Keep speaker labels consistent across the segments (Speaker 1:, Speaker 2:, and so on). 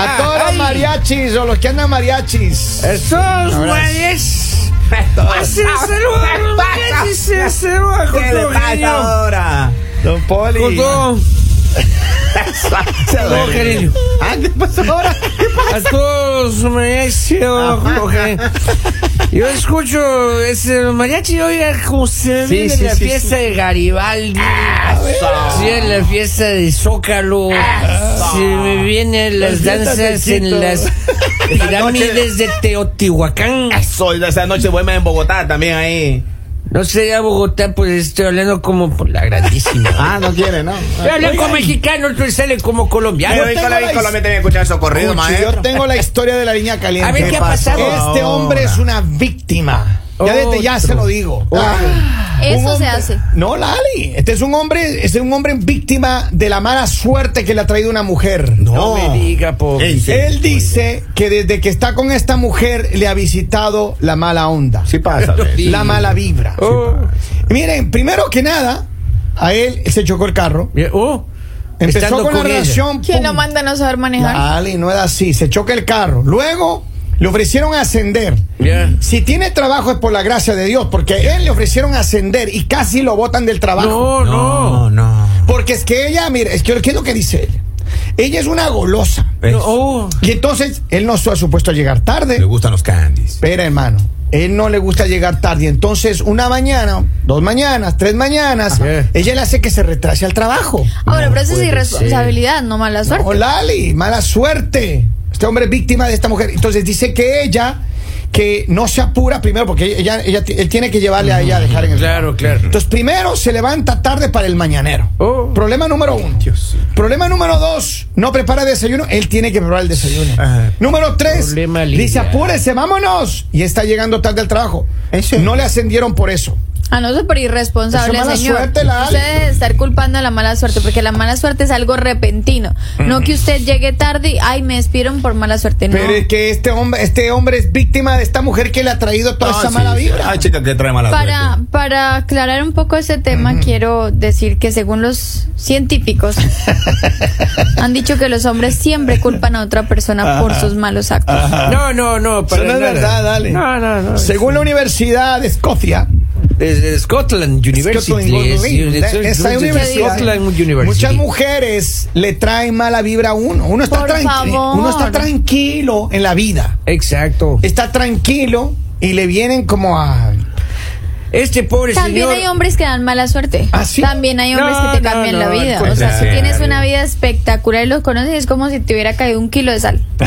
Speaker 1: Ah,
Speaker 2: mariachis o los que andan mariachis.
Speaker 1: Esos
Speaker 2: Ahora
Speaker 1: güeyes. Así es el güey, así es el güey, con
Speaker 3: ¿Qué le
Speaker 1: todo
Speaker 3: pasa
Speaker 1: cariño,
Speaker 3: ahora?
Speaker 2: Don Poli.
Speaker 1: Con todo, con todo cariño.
Speaker 2: Ah, ¿qué pasó ahora?
Speaker 1: A todos los mariachis, yo, como que- yo escucho ese mariachi, oiga, como se
Speaker 2: Sí,
Speaker 1: viene
Speaker 2: sí,
Speaker 1: la
Speaker 2: sí,
Speaker 1: fiesta de Garibaldi, se viene la fiesta de Zócalo, se me vienen las
Speaker 2: fiestas de
Speaker 1: danzas en
Speaker 2: Chito.
Speaker 1: las pirámides de Teotihuacán.
Speaker 3: Soy de esa noche buena en Bogotá también ahí.
Speaker 1: No sería Bogotá, pues estoy hablando como por la grandísima.
Speaker 2: Ah, no quiere, ¿no?
Speaker 1: Yo hablo como mexicano, tú sales como colombiano.
Speaker 3: Pero en
Speaker 2: tengo
Speaker 3: Colombia
Speaker 2: la
Speaker 3: en Colombia tiene que escuchar socorrido,
Speaker 2: Cuchi, yo
Speaker 3: maestro.
Speaker 2: tengo la historia de la línea caliente.
Speaker 1: A ver, ¿qué ha
Speaker 3: pasó?
Speaker 1: pasado?
Speaker 2: Este hombre es una víctima. Ya desde ya
Speaker 1: Otro.
Speaker 2: se lo digo.
Speaker 1: Otro.
Speaker 2: Ah,
Speaker 4: Eso
Speaker 2: un
Speaker 4: se
Speaker 2: hombre-
Speaker 4: hace.
Speaker 2: No, Lali. Este es un hombre, este es un hombre víctima de la mala suerte que le ha traído una mujer.
Speaker 1: No me diga, po.
Speaker 3: Ey, sí.
Speaker 2: Él dice que desde que está con esta mujer le ha visitado la mala onda,
Speaker 3: Sí pasa. ¿ves?
Speaker 2: la mala vibra.
Speaker 1: Oh,
Speaker 2: Miren, primero que nada, a él se chocó el carro.
Speaker 1: mira, oh,
Speaker 2: Empezó
Speaker 1: estando
Speaker 2: con la
Speaker 1: ella.
Speaker 2: relación.
Speaker 4: ¿Quién
Speaker 2: pum,
Speaker 4: lo manda a no saber manejar?
Speaker 2: Dale, no era así. Se choca el carro. Luego le ofrecieron ascender.
Speaker 1: Ya.
Speaker 2: Si tiene trabajo es por la gracia de Dios, porque a él le ofrecieron ascender y casi lo botan del trabajo.
Speaker 1: No, no.
Speaker 3: No, no.
Speaker 2: Porque es que ella, mire, es que, ¿qué es lo que dice él? Ella es una golosa.
Speaker 3: ¿Ves?
Speaker 1: No, oh.
Speaker 2: Y entonces él no está supuesto a llegar
Speaker 3: Le
Speaker 2: tarde.
Speaker 3: gustan los candies.
Speaker 2: Espera, hermano. Él no le gusta llegar tarde. Entonces, una mañana, dos mañanas, tres mañanas,
Speaker 1: Ajá.
Speaker 2: ella le hace que se retrase al trabajo.
Speaker 4: Ahora, pero eso es
Speaker 1: puede
Speaker 4: irresponsabilidad, no mala suerte.
Speaker 2: No, Oh, Lali, mala suerte. Este hombre es víctima de esta mujer. Entonces dice que ella, que no se apura primero, porque ella, ella, él tiene que llevarle a ella a dejar en el.
Speaker 1: Claro, claro.
Speaker 2: Entonces primero se levanta tarde para el mañanero.
Speaker 1: Oh.
Speaker 2: Problema número uno.
Speaker 3: Dios.
Speaker 2: Problema número dos, no prepara desayuno, él tiene que preparar el desayuno.
Speaker 3: Ajá.
Speaker 2: Número tres,
Speaker 1: Problema
Speaker 2: dice
Speaker 1: lineal.
Speaker 2: apúrese, vámonos. Y está llegando tarde al trabajo.
Speaker 3: Ese-
Speaker 2: No le ascendieron por eso.
Speaker 4: Ah, no, súper irresponsable,
Speaker 2: Eso es mala
Speaker 4: señor.
Speaker 2: suerte, la
Speaker 4: usted
Speaker 2: Ale.
Speaker 4: debe estar culpando a la mala suerte, porque la mala suerte es algo repentino. No que usted llegue tarde y, ay, me despidieron por mala suerte. No.
Speaker 2: Pero es que este hombre, este hombre es víctima de esta mujer que le ha traído toda
Speaker 3: Ah,
Speaker 2: esa
Speaker 3: sí,
Speaker 2: mala
Speaker 3: sí.
Speaker 2: vibra.
Speaker 3: Ay, chica, que trae mala
Speaker 4: Para,
Speaker 3: suerte.
Speaker 4: para aclarar un poco ese tema, quiero decir que según los científicos, han dicho que los hombres siempre culpan a otra persona por sus malos actos.
Speaker 1: No, no, no. Para
Speaker 2: Eso no es
Speaker 1: nada.
Speaker 2: verdad, dale.
Speaker 1: No, no, no.
Speaker 2: Según la Universidad de Escocia,
Speaker 1: Desde Scotland University.
Speaker 2: Scotland,
Speaker 1: es- es-
Speaker 2: esa
Speaker 1: es-
Speaker 2: universidad,
Speaker 1: Scotland University.
Speaker 2: muchas mujeres le traen mala vibra a uno. Uno está,
Speaker 4: Por
Speaker 2: tranquilo,
Speaker 4: favor.
Speaker 2: uno está tranquilo en la vida.
Speaker 1: Exacto.
Speaker 2: Está tranquilo y le vienen como a...
Speaker 1: Este pobre
Speaker 4: También
Speaker 1: señor.
Speaker 4: hay hombres que dan mala suerte.
Speaker 2: ¿Ah, sí?
Speaker 4: También hay hombres
Speaker 1: No,
Speaker 4: que te
Speaker 1: no,
Speaker 4: cambian
Speaker 1: no,
Speaker 4: la vida.
Speaker 1: pues
Speaker 4: o sea,
Speaker 3: claro.
Speaker 4: si tienes una vida espectacular y los conoces, es como si te hubiera caído un kilo de sal.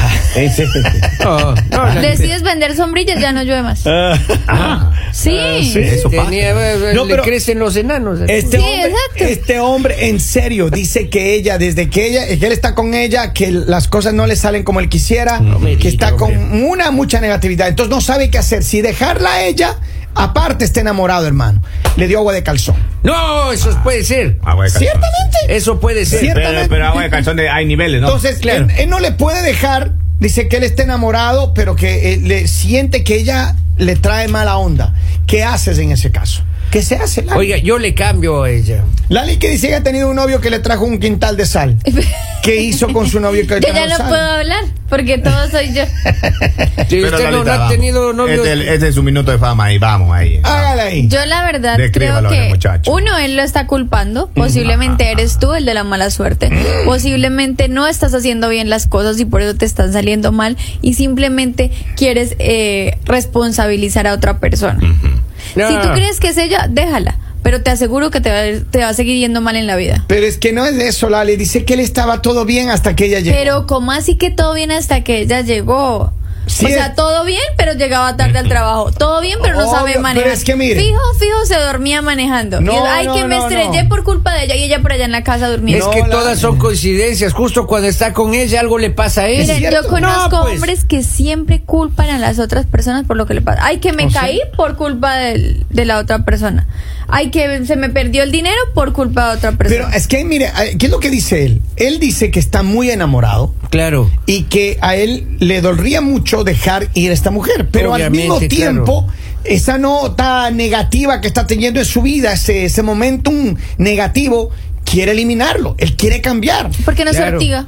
Speaker 1: Oh, No, no, no.
Speaker 4: Decides vender sombrillas, ya no llueve más. Ah,
Speaker 1: Ah.
Speaker 4: sí.
Speaker 3: Eso pasa.
Speaker 1: Tenía- eh,
Speaker 2: No,
Speaker 1: le
Speaker 2: pero-
Speaker 1: crecen los enanos. eh.
Speaker 2: Este,
Speaker 4: Sí,
Speaker 2: hombre,
Speaker 4: exacto.
Speaker 2: este hombre en serio dice que ella, desde que ella, que él está con ella, que las cosas no le salen como él quisiera,
Speaker 1: me diga,
Speaker 2: que está con
Speaker 1: hombre.
Speaker 2: una mucha negatividad. Entonces no sabe qué hacer. Si dejarla a ella, aparte está enamorado, hermano. Le dio agua de calzón.
Speaker 1: No, eso puede ser.
Speaker 3: Agua de calzón.
Speaker 2: Ciertamente.
Speaker 1: Eso puede ser.
Speaker 2: Cier-
Speaker 3: Pero, pero agua de calzón de- hay niveles, ¿no?
Speaker 2: Entonces,
Speaker 1: claro.
Speaker 2: él, él no le puede dejar, dice que él está enamorado, pero que eh, le siente que ella le trae mala onda. ¿Qué haces en ese caso? ¿Qué se hace, Lali?
Speaker 1: Oiga, yo le cambio a ella.
Speaker 2: Lali que dice que ha tenido un novio que le trajo un quintal de sal. ¿Qué hizo con su novio que le
Speaker 4: Yo ya
Speaker 2: trajo
Speaker 4: no
Speaker 2: sal?
Speaker 4: puedo hablar porque todo soy yo.
Speaker 1: Si
Speaker 3: Pero,
Speaker 1: usted no,
Speaker 3: Lolita,
Speaker 1: no ha
Speaker 3: vamos.
Speaker 1: tenido novio.
Speaker 3: Este, es el- este es su minuto de fama ahí, vamos ahí.
Speaker 2: Hágala ahí.
Speaker 4: Yo la verdad
Speaker 3: Descríbalo ahora,
Speaker 4: creo que
Speaker 3: muchacho.
Speaker 4: uno él lo está culpando, posiblemente eres tú el de la mala suerte, posiblemente no estás haciendo bien las cosas y por eso te están saliendo mal y simplemente quieres eh, responsabilizar a otra persona.
Speaker 1: No.
Speaker 4: Si tú crees que es ella, déjala, pero te aseguro que te va, a ir- te va a seguir yendo mal en la vida.
Speaker 2: Pero es que no es eso, Lali. Dice que él estaba todo bien hasta que ella llegó.
Speaker 4: Pero ¿cómo así que todo bien hasta que ella llegó?
Speaker 2: Sí,
Speaker 4: o
Speaker 2: es-
Speaker 4: sea, todo bien, pero llegaba tarde al trabajo. Todo bien, pero no
Speaker 2: Obvio,
Speaker 4: sabe
Speaker 2: pero
Speaker 4: manejar.
Speaker 2: es que mire.
Speaker 4: Fijo, fijo, se dormía manejando.
Speaker 2: No,
Speaker 4: Y él, Ay,
Speaker 2: no,
Speaker 4: que me
Speaker 2: no,
Speaker 4: estrellé
Speaker 2: no.
Speaker 4: por culpa de ella y ella por allá en la casa
Speaker 1: Es
Speaker 4: durmiendo.
Speaker 2: No,
Speaker 1: que
Speaker 2: la-
Speaker 1: todas son coincidencias. Justo cuando está con ella, algo le pasa a
Speaker 2: Es
Speaker 1: ella.
Speaker 4: Miren,
Speaker 2: cierto.
Speaker 4: yo conozco
Speaker 1: No, pues.
Speaker 4: hombres que siempre culpan a las otras personas por lo que le pasa. Ay,
Speaker 2: Oh,
Speaker 4: que me caí por culpa del- de, la otra persona. Ay, que se me perdió el dinero por culpa de otra persona.
Speaker 2: Pero es que, mire, eh, ¿qué es lo que dice él? Él dice que está muy enamorado.
Speaker 1: Claro.
Speaker 2: y que a él le dolría mucho dejar ir a esta mujer, pero
Speaker 1: Obviamente,
Speaker 2: al mismo tiempo esa nota negativa que está teniendo en su vida, ese, ese momentum negativo, quiere eliminarlo, él quiere cambiar.
Speaker 4: ¿Por qué no se
Speaker 1: Claro.
Speaker 4: ortiga?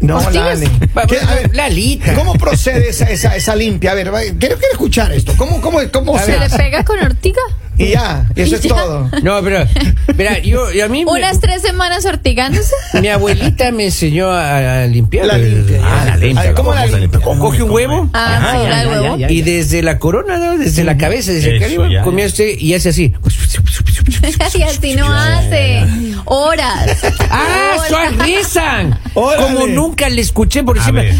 Speaker 2: No,
Speaker 4: Hostias.
Speaker 2: Lali.
Speaker 1: Va,
Speaker 2: ¿Qué? A ver,
Speaker 1: Lalita.
Speaker 2: ¿Cómo procede esa, esa, esa limpia? A ver, va, quiero, quiero escuchar esto. ¿Cómo, cómo, cómo
Speaker 4: Se
Speaker 2: se
Speaker 4: le
Speaker 2: hace?
Speaker 4: pega con ortiga.
Speaker 2: Y ya, eso
Speaker 4: Y
Speaker 2: es
Speaker 4: ya.
Speaker 2: todo.
Speaker 1: No, pero, mira, yo, y a mí. me-
Speaker 4: Unas tres semanas ortigándose.
Speaker 1: Mi abuelita me enseñó a, a limpiar.
Speaker 2: La limpia.
Speaker 3: Ah, la limpia.
Speaker 2: A ver, ¿cómo
Speaker 3: la
Speaker 2: la
Speaker 3: famosa
Speaker 2: limpia?
Speaker 1: Co- Coge un huevo.
Speaker 4: Ah, sí, la huevo.
Speaker 3: ya,
Speaker 1: Y desde la corona, ¿no? desde la cabeza, desde acá
Speaker 3: Eso,
Speaker 1: arriba,
Speaker 3: ya,
Speaker 1: comía
Speaker 3: ya.
Speaker 1: usted y hace así.
Speaker 4: y así no hace. Horas.
Speaker 1: ¡Ah,
Speaker 4: Horas.
Speaker 1: sonrisan!
Speaker 2: Órale.
Speaker 1: Como nunca le escuché por
Speaker 3: A
Speaker 1: encima.
Speaker 3: ver.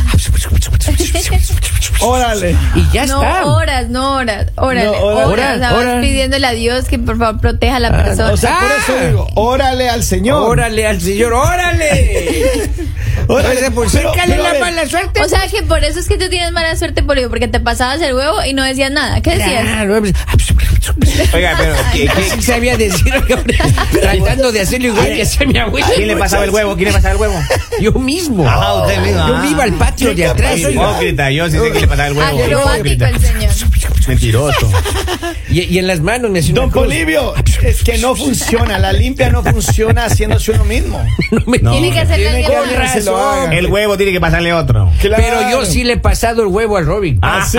Speaker 2: Órale.
Speaker 1: Y ya
Speaker 4: No,
Speaker 1: está.
Speaker 4: horas, no horas, horas,
Speaker 2: No,
Speaker 4: horas,
Speaker 2: horas.
Speaker 1: Horas,
Speaker 4: Además,
Speaker 1: horas.
Speaker 4: pidiéndole a Dios que por favor proteja a la
Speaker 1: Ah,
Speaker 4: persona.
Speaker 2: O sea, por
Speaker 1: Ah.
Speaker 2: eso digo, órale al señor.
Speaker 1: órale al señor, órale. Órale, pues
Speaker 2: Pero-
Speaker 1: sácale
Speaker 2: pero, a
Speaker 1: la
Speaker 2: ver,
Speaker 1: mala suerte.
Speaker 4: O sea que por eso es que tú tienes mala suerte, por porque te pasabas el huevo y no decías nada. ¿Qué decías?
Speaker 1: Claro, pues,
Speaker 3: Oiga, pero ¿qué- qué-
Speaker 1: Así sabía decir, tratando de hacerlo igual que hacía mi abuela.
Speaker 3: ¿quién le pasaba el huevo? ¿Quién le pasaba el huevo?
Speaker 1: Yo mismo.
Speaker 2: Oh,
Speaker 3: Ah, usted mismo,
Speaker 1: Yo
Speaker 3: ah.
Speaker 1: me iba al patio de
Speaker 3: Ay,
Speaker 1: atrás. oiga.
Speaker 3: Hipócrita, yo sí sé que le pasaba el
Speaker 4: Ah,
Speaker 3: huevo.
Speaker 4: Acrobático el señor.
Speaker 3: Mentiroso.
Speaker 1: Y, y en las manos me hacía una
Speaker 2: Don
Speaker 1: cruz.
Speaker 2: Polivio, es que no funciona, la limpia no funciona haciéndose uno mismo.
Speaker 1: No me-
Speaker 3: No.
Speaker 4: Tiene que hacerle
Speaker 1: Tiene
Speaker 4: alguien
Speaker 1: que
Speaker 4: más.
Speaker 2: Que se lo
Speaker 1: razón.
Speaker 2: hagan.
Speaker 3: El huevo tiene que pasarle otro.
Speaker 2: Claro.
Speaker 1: Pero yo sí le he pasado el huevo a Robin.
Speaker 3: Ah, sí.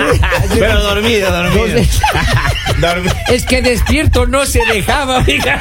Speaker 3: Pero dormido, dormido. dormido.
Speaker 1: Es que despierto no se dejaba, amiga.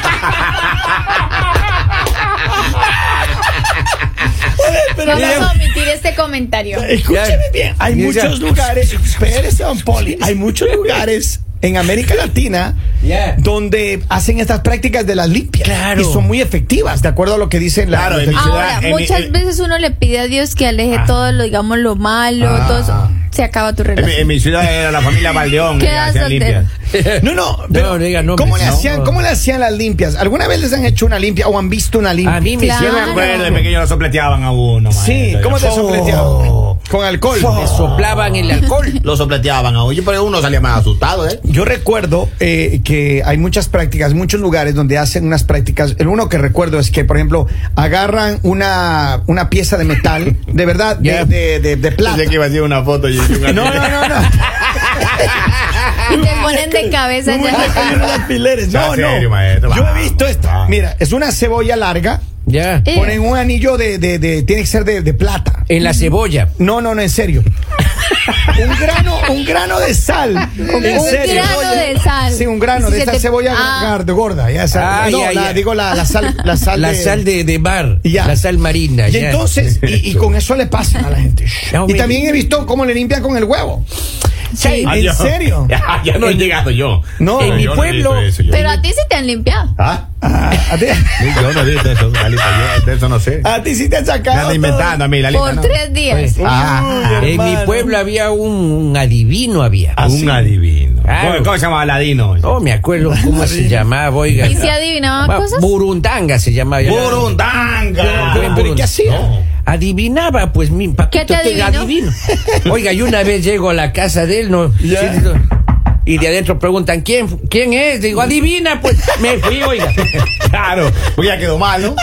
Speaker 4: Vamos a omitir este comentario.
Speaker 2: Escúcheme bien, hay
Speaker 1: Ya.
Speaker 2: muchos lugares, espérese, don Poli, hay muchos lugares en América Latina
Speaker 1: Ya.
Speaker 2: donde hacen estas prácticas de las limpias.
Speaker 1: Claro.
Speaker 2: Y son muy efectivas, de acuerdo a lo que dicen la-
Speaker 3: Claro,
Speaker 2: la...
Speaker 3: en mi ciudad-
Speaker 4: Ahora,
Speaker 3: en mi- eh,
Speaker 4: muchas
Speaker 3: en-
Speaker 4: veces uno le pide a Dios que aleje todo lo, digamos, lo malo,
Speaker 3: Ah.
Speaker 4: todo eso. Se acaba tu
Speaker 3: En mi, en
Speaker 4: relación.
Speaker 3: mi ciudad era la familia Baldeón.
Speaker 4: ¿Qué
Speaker 3: que hacían
Speaker 4: haces,
Speaker 3: limpias.
Speaker 2: No, no, pero
Speaker 1: no diga nombres,
Speaker 2: ¿cómo, le
Speaker 1: no.
Speaker 2: hacían, ¿cómo le hacían las limpias? ¿Alguna vez les han hecho una limpia o han visto una limpia?
Speaker 1: A mí me
Speaker 4: Claro.
Speaker 3: Yo me
Speaker 1: hicieron-
Speaker 3: acuerdo, de pequeño lo sopleteaban a uno.
Speaker 2: Sí,
Speaker 3: maestro.
Speaker 2: ¿cómo te
Speaker 3: Oh.
Speaker 2: sopleteaban? Con alcohol.
Speaker 1: me soplaban el alcohol.
Speaker 3: Lo sopleteaban a uno, pero uno salía más asustado, ¿eh?
Speaker 2: Yo recuerdo eh, que hay muchas prácticas, muchos lugares donde hacen unas prácticas. El uno que recuerdo es que, por ejemplo, agarran una, una pieza de metal, de verdad, de,
Speaker 1: Ya.
Speaker 2: de, de- de plata.
Speaker 3: Pensé que iba a hacer una foto y una
Speaker 2: No, no, no, no.
Speaker 4: Y te ponen de cabeza
Speaker 2: No me voy a caer en los
Speaker 4: ya.
Speaker 2: alfileres.
Speaker 3: Sea
Speaker 2: No,
Speaker 3: serio,
Speaker 2: no.
Speaker 3: maestro.
Speaker 2: Yo he visto esto.
Speaker 3: Vamos.
Speaker 2: Mira, es una cebolla larga.
Speaker 1: Ya.
Speaker 4: Eh.
Speaker 2: Ponen un anillo de, de, de- tiene que ser de, de plata.
Speaker 1: En la cebolla.
Speaker 2: No, no, no, en serio. un grano, un grano de sal.
Speaker 4: Un
Speaker 2: en serio.
Speaker 4: grano de sal.
Speaker 2: Sí, un grano
Speaker 4: Si
Speaker 2: de
Speaker 4: se
Speaker 2: esta
Speaker 4: te-
Speaker 2: cebolla
Speaker 4: Ah.
Speaker 2: gorda, gorda, ya esa-
Speaker 1: Ah,
Speaker 2: no,
Speaker 1: ya,
Speaker 2: la-
Speaker 1: ya.
Speaker 2: digo la, la sal, la sal
Speaker 1: La
Speaker 2: de,
Speaker 1: sal de, de mar.
Speaker 2: Ya.
Speaker 1: La sal marina.
Speaker 2: Y
Speaker 1: ya.
Speaker 2: entonces, y, y con eso le pasan a la gente.
Speaker 1: No,
Speaker 2: y
Speaker 1: me-
Speaker 2: también he visto cómo le limpian con el huevo.
Speaker 4: Sí.
Speaker 2: ¿En serio?
Speaker 3: Ya, ya no he llegado yo.
Speaker 2: No,
Speaker 1: en mi
Speaker 3: yo
Speaker 1: pueblo-
Speaker 3: No he visto eso, yo.
Speaker 4: Pero a ti sí te han limpiado.
Speaker 3: ¿Ah?
Speaker 2: Ah, a, ti,
Speaker 3: Yo no he visto eso, Lalita. Yo de eso no sé.
Speaker 2: a ti sí te han
Speaker 3: Me
Speaker 2: sacado.
Speaker 3: anda
Speaker 2: todo.
Speaker 3: inventando a mí, Lalita.
Speaker 4: Por
Speaker 3: no.
Speaker 4: tres días.
Speaker 1: Oye,
Speaker 3: Ah,
Speaker 2: Uy,
Speaker 1: en mi
Speaker 2: hermano.
Speaker 1: pueblo había un, un adivino, había.
Speaker 2: Ah, sí.
Speaker 3: un adivino.
Speaker 1: Claro.
Speaker 3: ¿Cómo, cómo se llama Aladino?
Speaker 1: No me acuerdo cómo se llamaba, oiga.
Speaker 4: ¿Y si adivinaba
Speaker 1: Ah,
Speaker 4: cosas?
Speaker 1: Burundanga se llamaba.
Speaker 3: ¡Burundanga!
Speaker 1: Pero, pero, ¿y qué hacía?
Speaker 3: No.
Speaker 1: Adivinaba, pues mi papito
Speaker 4: ¿Qué te adivinó?
Speaker 1: adivino. Oiga, y una vez llego a la casa de él, no.
Speaker 2: Ya.
Speaker 1: sí, no. y de adentro preguntan, ¿quién, ¿quién es? Digo, adivina, pues. Me fui, oiga.
Speaker 3: Claro, porque ya quedó mal, ¿no?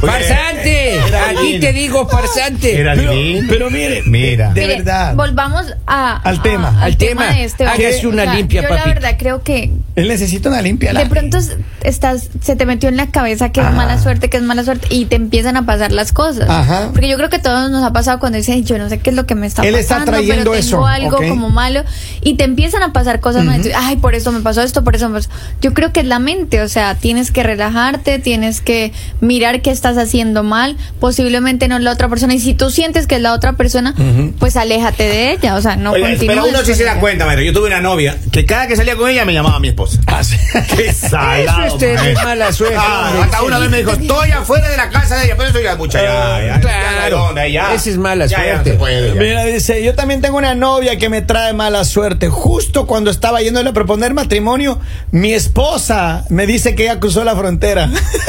Speaker 3: Porque-
Speaker 1: ¡Farsante!
Speaker 3: Era
Speaker 1: Aquí
Speaker 3: adivino.
Speaker 1: te digo, farsante.
Speaker 3: Era
Speaker 2: Pero,
Speaker 3: adivino.
Speaker 2: pero miren,
Speaker 3: Mira.
Speaker 2: de
Speaker 4: Mire,
Speaker 2: verdad.
Speaker 4: Volvamos a,
Speaker 2: Al
Speaker 4: a-
Speaker 2: tema.
Speaker 1: Al tema.
Speaker 4: de este.
Speaker 1: Hágase
Speaker 4: porque,
Speaker 1: una limpia,
Speaker 4: yo
Speaker 1: papi.
Speaker 4: la verdad creo que
Speaker 2: Él necesita una limpia.
Speaker 4: de
Speaker 2: Lali.
Speaker 4: pronto es- estás, se te metió en la cabeza que es mala suerte, que es mala suerte y te empiezan a pasar las cosas.
Speaker 2: Ajá.
Speaker 4: Porque yo creo que todos nos ha pasado cuando dicen, yo no sé qué es lo que me está
Speaker 2: Él está
Speaker 4: pasando, pero
Speaker 2: trayendo
Speaker 4: tengo
Speaker 2: eso,
Speaker 4: algo
Speaker 2: ok.
Speaker 4: como malo y te empiezan a pasar cosas malas. Tú, Ay, por eso me pasó esto, por eso me pasó. Yo creo que es la mente, o sea, tienes que relajarte, tienes que mirar qué estás haciendo mal, posiblemente no es la otra persona y si tú sientes que es la otra persona, pues aléjate de ella, o sea, no
Speaker 3: Oiga,
Speaker 4: continúes.
Speaker 3: pero uno sí
Speaker 4: con
Speaker 3: se
Speaker 4: ella.
Speaker 3: da cuenta, maestro. Yo tuve una novia que cada que salía con ella me llamaba mi esposa. ¡Qué salado,
Speaker 1: Eso usted es
Speaker 3: maestro.
Speaker 1: mala suerte,
Speaker 3: Ah,
Speaker 1: hombre.
Speaker 3: hasta una vez me dijo, estoy afuera de la casa de ella, pero eso ya es mucha ya, ya, ya,
Speaker 1: Claro.
Speaker 3: ya, onda, ya.
Speaker 1: Esa es mala
Speaker 3: Ya, ya
Speaker 1: suerte.
Speaker 3: se puede, ya.
Speaker 2: Mira, dice, yo también tengo una novia que me trae mala suerte. Justo cuando estaba yéndole a proponer matrimonio, mi esposa me dice que ella cruzó la frontera.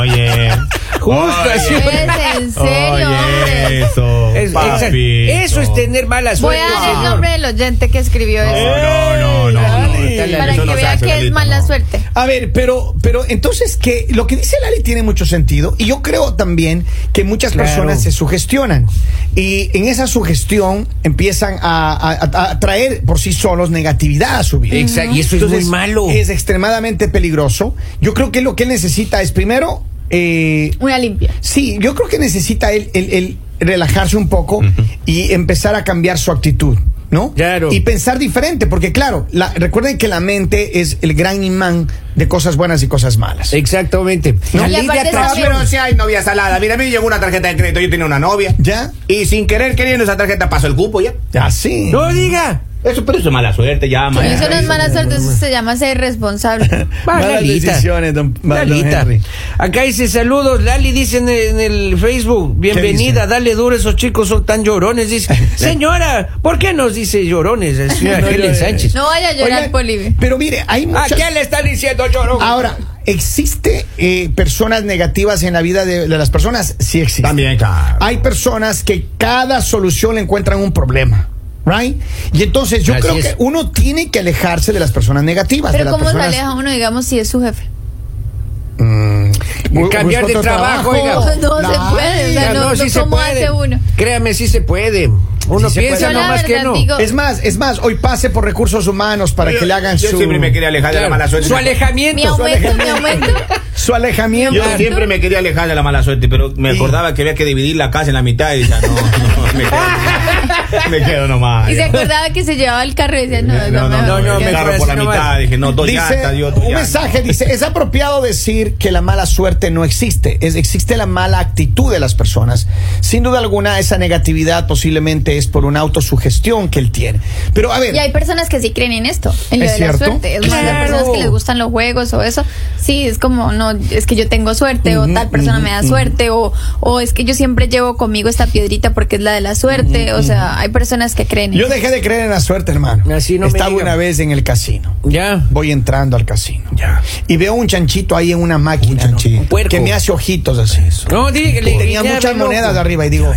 Speaker 3: Oye.
Speaker 1: Justo así.
Speaker 4: Es en serio, hombre.
Speaker 3: eso,
Speaker 1: Es- esa- eso es tener mala
Speaker 4: Voy
Speaker 1: suerte.
Speaker 4: a dar el
Speaker 1: señor.
Speaker 4: nombre del oyente que escribió eso.
Speaker 3: No, no, no, no.
Speaker 2: Ey,
Speaker 3: Está
Speaker 1: Lali.
Speaker 3: la-
Speaker 4: para
Speaker 3: eso
Speaker 4: que
Speaker 3: no se
Speaker 4: vea
Speaker 3: hace,
Speaker 4: que es
Speaker 3: Lalita,
Speaker 4: mala
Speaker 3: no.
Speaker 4: suerte.
Speaker 2: A ver, pero, pero entonces que lo que dice Lali tiene mucho sentido y yo creo también que muchas
Speaker 1: Claro.
Speaker 2: personas se sugestionan y en esa sugestión empiezan a, a- a- a traer por sí solos negatividad a su vida.
Speaker 1: Exacto, y eso es muy malo.
Speaker 2: Es extremadamente peligroso. Yo creo que lo que él necesita es primero eh,
Speaker 4: Una limpia.
Speaker 2: Sí, yo creo que necesita él, él- él relajarse un poco y empezar a cambiar su actitud, ¿no?
Speaker 1: Claro.
Speaker 2: Y pensar diferente, porque claro, la- recuerden que la mente es el gran imán de cosas buenas y cosas malas.
Speaker 1: Exactamente.
Speaker 4: Y
Speaker 1: La ley de
Speaker 4: aparte
Speaker 3: No,
Speaker 4: también-
Speaker 1: atracción.
Speaker 3: pero si hay novia salada. Mira, a mí llegó una tarjeta de crédito. Yo tenía una novia.
Speaker 2: ¿Ya?
Speaker 3: Y sin querer queriendo esa tarjeta pasó el cupo ya.
Speaker 2: Así.
Speaker 1: No diga.
Speaker 3: Eso, pero eso es mala suerte, ya,
Speaker 4: Y
Speaker 3: maestro.
Speaker 4: eso no es mala suerte, eso se llama ser irresponsable.
Speaker 2: Malas
Speaker 1: Margarita.
Speaker 2: decisiones, don-
Speaker 1: Lalita.
Speaker 2: don Henry.
Speaker 1: Acá dice saludos. Lali dice en el, en el Facebook: Bienvenida,
Speaker 2: dice?
Speaker 1: dale duro, esos chicos son tan llorones. Dice: Señora, ¿por qué nos dice llorones? La señora
Speaker 2: No, no,
Speaker 1: Helen
Speaker 2: no, no.
Speaker 1: Sánchez.
Speaker 4: No vaya a llorar,
Speaker 2: Oigan,
Speaker 4: Polive.
Speaker 2: Pero mire, hay
Speaker 1: ¿A
Speaker 2: muchas...
Speaker 1: quién Ah, le están diciendo llorón?
Speaker 2: Ahora, ¿existe eh, personas negativas en la vida de, de las personas? Sí existe.
Speaker 3: También, claro.
Speaker 2: Hay personas que cada solución le encuentran un problema. Right? Y entonces yo
Speaker 1: Así
Speaker 2: creo
Speaker 1: es.
Speaker 2: que uno tiene que alejarse de las personas negativas. de
Speaker 4: Pero
Speaker 2: las
Speaker 4: ¿cómo
Speaker 2: personas,
Speaker 4: se aleja uno, digamos, si es su jefe?
Speaker 2: Bu-
Speaker 1: Cambiar
Speaker 2: busca
Speaker 1: de
Speaker 2: otro
Speaker 1: trabajo, oiga.
Speaker 4: No, no se puede, o sea,
Speaker 1: Oiga,
Speaker 4: no, no, ¿cómo hace uno?
Speaker 1: Créame, sí se puede. Uno
Speaker 2: Sí se
Speaker 1: piensa
Speaker 2: puede. Yo la
Speaker 1: nomás que
Speaker 4: verdad
Speaker 1: no.
Speaker 4: digo-
Speaker 2: Es más, es más, hoy pase por recursos humanos para
Speaker 3: Yo-
Speaker 2: que le hagan
Speaker 3: Yo
Speaker 2: su,
Speaker 3: siempre me quería alejar de la
Speaker 1: Claro,
Speaker 3: mala suerte.
Speaker 1: Su alejamiento.
Speaker 4: Mi aumento, mi aumento.
Speaker 2: su alejamiento.
Speaker 3: Yo siempre me quería alejar de la mala suerte, pero me acordaba que había que dividir la casa en la mitad y decía, no, no, me quedo nomás. Me quedo nomás.
Speaker 4: Y se acordaba que se llevaba el carro y decía, no,
Speaker 3: No, no, no,
Speaker 1: no, no,
Speaker 3: el
Speaker 1: me
Speaker 3: carro por la
Speaker 1: parece
Speaker 3: mitad.
Speaker 1: nomás.
Speaker 3: Dije, no, dos llantas,
Speaker 2: Dice,
Speaker 3: yo dos
Speaker 2: un
Speaker 3: llantas.
Speaker 2: mensaje dice, es apropiado decir que la mala suerte no existe, es, existe la mala actitud de las personas. Sin duda alguna, esa negatividad posiblemente es por una autosugestión que él tiene. Pero a ver,
Speaker 4: Y hay personas que sí creen en esto, en lo
Speaker 2: ¿Es
Speaker 4: de
Speaker 2: cierto?
Speaker 4: la suerte. Es más, hay
Speaker 1: Claro.
Speaker 4: personas que les gustan los juegos o eso. Sí, es como, no, es que yo tengo suerte o tal persona me da suerte o, o es que yo siempre llevo conmigo esta piedrita porque es la de la suerte. O sea, hay personas que creen en
Speaker 2: yo
Speaker 4: eso.
Speaker 2: dejé de creer en la suerte, hermano.
Speaker 1: Así no me
Speaker 2: Estaba
Speaker 1: diga.
Speaker 2: una vez en el casino.
Speaker 1: Ya.
Speaker 2: Voy entrando al casino.
Speaker 1: Ya.
Speaker 2: Y veo un chanchito ahí en una máquina.
Speaker 3: chanchito.
Speaker 2: ¿no?
Speaker 1: Un puerco.
Speaker 2: Que me hace ojitos así.
Speaker 1: No, dígale.
Speaker 2: Tenía
Speaker 1: ya,
Speaker 2: muchas
Speaker 1: loco.
Speaker 2: monedas de arriba y digo,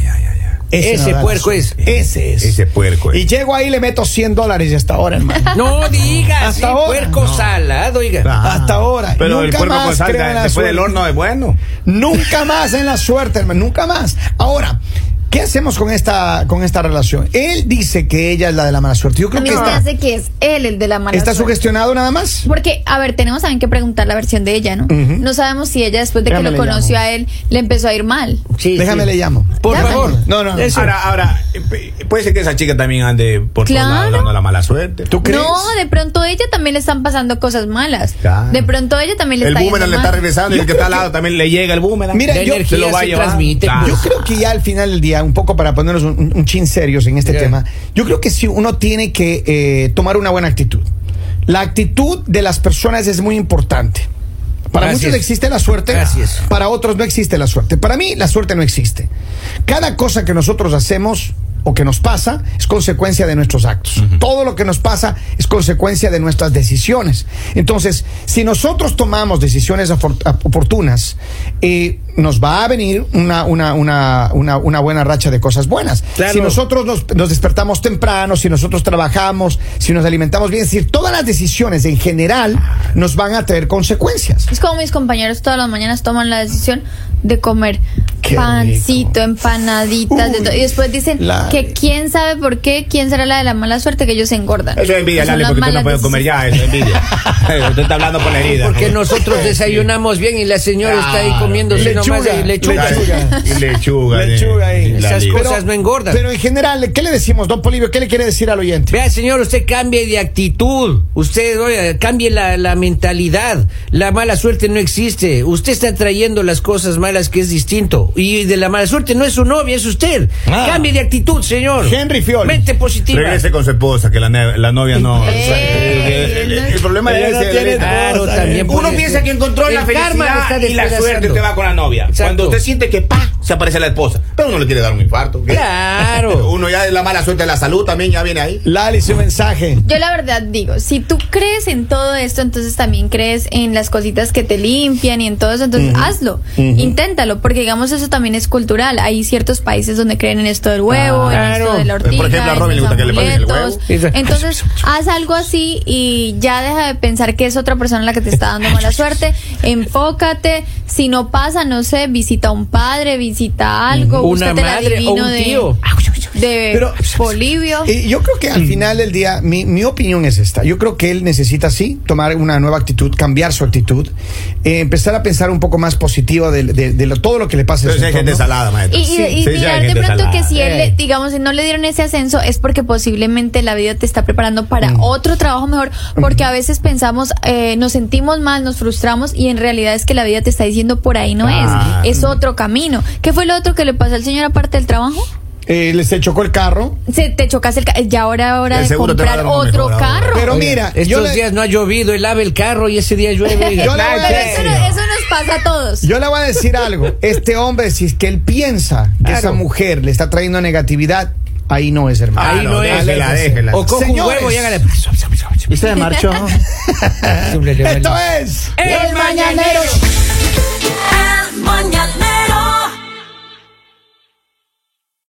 Speaker 1: Ese
Speaker 2: no da la
Speaker 1: puerco
Speaker 2: suerte. Ese es.
Speaker 3: Ese puerco es.
Speaker 2: Y llego ahí y le meto 100 dólares y hasta ahora, hermano.
Speaker 1: No diga,
Speaker 2: Hasta
Speaker 1: sí,
Speaker 2: ahora,
Speaker 1: puerco
Speaker 2: no.
Speaker 1: salado, oiga.
Speaker 3: Ah.
Speaker 2: Hasta ahora.
Speaker 3: Pero el
Speaker 2: Nunca
Speaker 3: puerco con
Speaker 2: más
Speaker 3: sal,
Speaker 2: creo en la
Speaker 3: después del
Speaker 2: suerte.
Speaker 3: horno es bueno.
Speaker 2: Nunca más en la suerte, hermano. Nunca más. Ahora, ¿qué hacemos con esta, con esta relación? Él dice que ella es la de la mala suerte. Yo
Speaker 4: A
Speaker 2: creo
Speaker 4: mí
Speaker 2: que
Speaker 4: se me
Speaker 2: está,
Speaker 4: hace que es él el de la mala
Speaker 2: está
Speaker 4: suerte.
Speaker 2: sugestionado nada más.
Speaker 4: Porque, a ver, tenemos también que preguntar la versión de ella, ¿no?
Speaker 2: Ujú.
Speaker 4: No sabemos si ella, después de
Speaker 2: Déjame
Speaker 4: que lo
Speaker 2: le llamo.
Speaker 4: conoció a él, le empezó a ir mal.
Speaker 1: Sí,
Speaker 2: Déjame
Speaker 1: sí.
Speaker 2: le llamo.
Speaker 1: Por
Speaker 4: Llámale.
Speaker 1: favor.
Speaker 2: No, no, no.
Speaker 1: Eso.
Speaker 3: Ahora, ahora, eh, puede ser que esa chica también ande por todos lados
Speaker 4: Claro.
Speaker 3: dando la mala suerte.
Speaker 2: ¿Tú crees?
Speaker 4: No, de pronto a ella también le están pasando cosas malas.
Speaker 3: Claro.
Speaker 4: De pronto a ella también le
Speaker 3: El
Speaker 4: está
Speaker 3: boomerang le
Speaker 4: yendo
Speaker 3: está
Speaker 4: mal.
Speaker 3: regresando y el que está al lado también le llega el boomerang.
Speaker 2: Mira,
Speaker 1: La
Speaker 2: yo-
Speaker 1: energía
Speaker 3: se lo va a
Speaker 1: se
Speaker 3: llevar.
Speaker 1: transmite.
Speaker 3: Ah.
Speaker 2: Yo creo que ya al final del día, un poco para ponernos un, un- un chin serios en este
Speaker 1: Ya.
Speaker 2: tema, yo creo que sí uno tiene que eh, tomar una buena actitud. La actitud de las personas es muy importante. Para
Speaker 1: Así
Speaker 2: muchos
Speaker 1: es.
Speaker 2: existe la suerte,
Speaker 1: Así es.
Speaker 2: para otros no existe la suerte. Para mí la suerte no existe. Cada cosa que nosotros hacemos o que nos pasa es consecuencia de nuestros actos. Todo lo que nos pasa es consecuencia de nuestras decisiones. Entonces, si nosotros tomamos decisiones afor- a- oportunas, eh, nos va a venir una, una, una, una, una buena racha de cosas buenas.
Speaker 1: Claro.
Speaker 2: Si nosotros nos, nos despertamos temprano, si nosotros trabajamos, si nos alimentamos bien, es decir, todas las decisiones en general nos van a traer consecuencias.
Speaker 4: Es como mis compañeros todas las mañanas toman la decisión de comer
Speaker 2: Qué
Speaker 4: pancito, empanaditas, de
Speaker 2: Uy,
Speaker 4: todo. Y después dicen
Speaker 2: la-
Speaker 4: que quién sabe por qué, quién será la de la mala suerte, que ellos se engordan.
Speaker 3: Eso es envidia,
Speaker 4: Que son
Speaker 3: Lali,
Speaker 4: las
Speaker 3: porque usted no
Speaker 4: malas
Speaker 3: puede comer ya, eso es envidia. Eh, usted está hablando por la herida.
Speaker 1: Porque nosotros desayunamos bien y la señora está ahí comiéndose
Speaker 2: Lechuga,
Speaker 1: nomás de lechuga.
Speaker 2: lechuga.
Speaker 3: Y lechuga.
Speaker 2: Lechuga ahí.
Speaker 3: eh, la
Speaker 1: Esas
Speaker 3: liga.
Speaker 1: cosas. no engordan.
Speaker 2: Pero en general, ¿qué le decimos, don Polivio? ¿Qué le quiere decir al oyente?
Speaker 1: Vea, señor, usted cambie de actitud. Usted, oiga, cambie la, la mentalidad. La mala suerte no existe. Usted está trayendo las cosas malas que es distinto. Y de la mala suerte no es su novia, es usted.
Speaker 3: Ah.
Speaker 1: Cambie de actitud, señor.
Speaker 2: Henry Fiol.
Speaker 1: Mente positiva.
Speaker 3: Regrese con su esposa, que la, ne- la novia
Speaker 1: Eh,
Speaker 3: no.
Speaker 4: Ey,
Speaker 3: el, el- el problema
Speaker 2: Ella
Speaker 3: es
Speaker 2: no
Speaker 3: ese,
Speaker 2: tiene
Speaker 3: Lelita.
Speaker 1: Claro,
Speaker 2: esposa,
Speaker 1: también
Speaker 3: Uno
Speaker 1: puede
Speaker 3: piensa
Speaker 1: ser.
Speaker 3: que encontró la
Speaker 1: El karma le está
Speaker 3: felicidad y la
Speaker 1: despedazando.
Speaker 3: suerte te va con la novia.
Speaker 1: Exacto.
Speaker 3: Cuando usted siente que pa se aparece la esposa, pero uno le quiere dar un infarto. ¿qué?
Speaker 1: Claro.
Speaker 3: Uno ya la mala suerte de la salud también ya viene ahí.
Speaker 2: Lali, su mensaje.
Speaker 4: Yo la verdad digo, si tú crees en todo esto, entonces también crees en las cositas que te limpian y en todo eso, entonces hazlo, inténtalo, porque digamos eso también es cultural. Hay ciertos países donde creen en esto del huevo, en
Speaker 1: Claro.
Speaker 4: esto de la
Speaker 3: Por
Speaker 4: ortiga,
Speaker 3: ejemplo, a
Speaker 4: en
Speaker 3: Robin le
Speaker 4: los
Speaker 3: gusta que le pasen el
Speaker 4: amuletos.
Speaker 1: huevo.
Speaker 4: Entonces haz algo así y ya deja de pensar que es otra persona la que te está dando mala suerte. Enfócate, si no pasa, no sé, visita a un padre, visita algo,
Speaker 1: Una
Speaker 4: búscate el
Speaker 1: madre o
Speaker 4: adivino
Speaker 1: un
Speaker 4: de-
Speaker 1: tío.
Speaker 4: de, de
Speaker 2: Pero-
Speaker 4: Polivio.
Speaker 2: Y yo creo que al final del día, mi, mi opinión es esta. Yo creo que él necesita, sí, tomar una nueva actitud, cambiar su actitud, eh, empezar a pensar un poco más positivo de, de- de lo- todo lo que le pasa. a
Speaker 3: Pero
Speaker 2: su
Speaker 3: sí hay gente
Speaker 2: entorno.
Speaker 3: salada, maestro.
Speaker 4: Y, y- y
Speaker 3: Sí, sí hay
Speaker 4: mirar de
Speaker 3: gente
Speaker 4: pronto que
Speaker 3: salada.
Speaker 4: si él,
Speaker 1: Eh.
Speaker 4: le- digamos, si no le dieron ese ascenso es porque posiblemente la vida te está preparando para
Speaker 3: Mm.
Speaker 4: otro trabajo mejor, porque a veces pensamos, eh, nos sentimos mal, nos frustramos y en realidad es que la vida te está diciendo por ahí no
Speaker 3: Ah.
Speaker 4: es, es otro camino. ¿Qué fue lo otro que le pasó al señor aparte del trabajo?
Speaker 2: Eh, le- se chocó el carro.
Speaker 4: Se te chocaste el ca- ya ahora hora
Speaker 3: El
Speaker 4: de
Speaker 3: seguro te va a
Speaker 4: comprar
Speaker 3: dar uno
Speaker 4: otro
Speaker 3: mejor ahora.
Speaker 4: carro.
Speaker 2: Pero
Speaker 1: Oiga,
Speaker 2: mira, yo
Speaker 1: estos
Speaker 2: le-
Speaker 1: días no ha llovido, él lava el carro y ese día llueve.
Speaker 2: Yo le voy a
Speaker 4: Eh, Pero eso, no- eso nos pasa a todos.
Speaker 2: Yo le voy a decir algo. Este hombre, si es que él piensa que
Speaker 1: Claro.
Speaker 2: esa mujer le está trayendo negatividad, ahí no es, hermano.
Speaker 1: Ahí
Speaker 3: Claro,
Speaker 1: no es.
Speaker 3: déjela, déjela.
Speaker 1: O cojo un
Speaker 2: Señores.
Speaker 1: huevo y hágale.
Speaker 5: ¿Y se marchó?
Speaker 1: Súbrele, vale.
Speaker 2: Esto es.
Speaker 1: El Mañanero.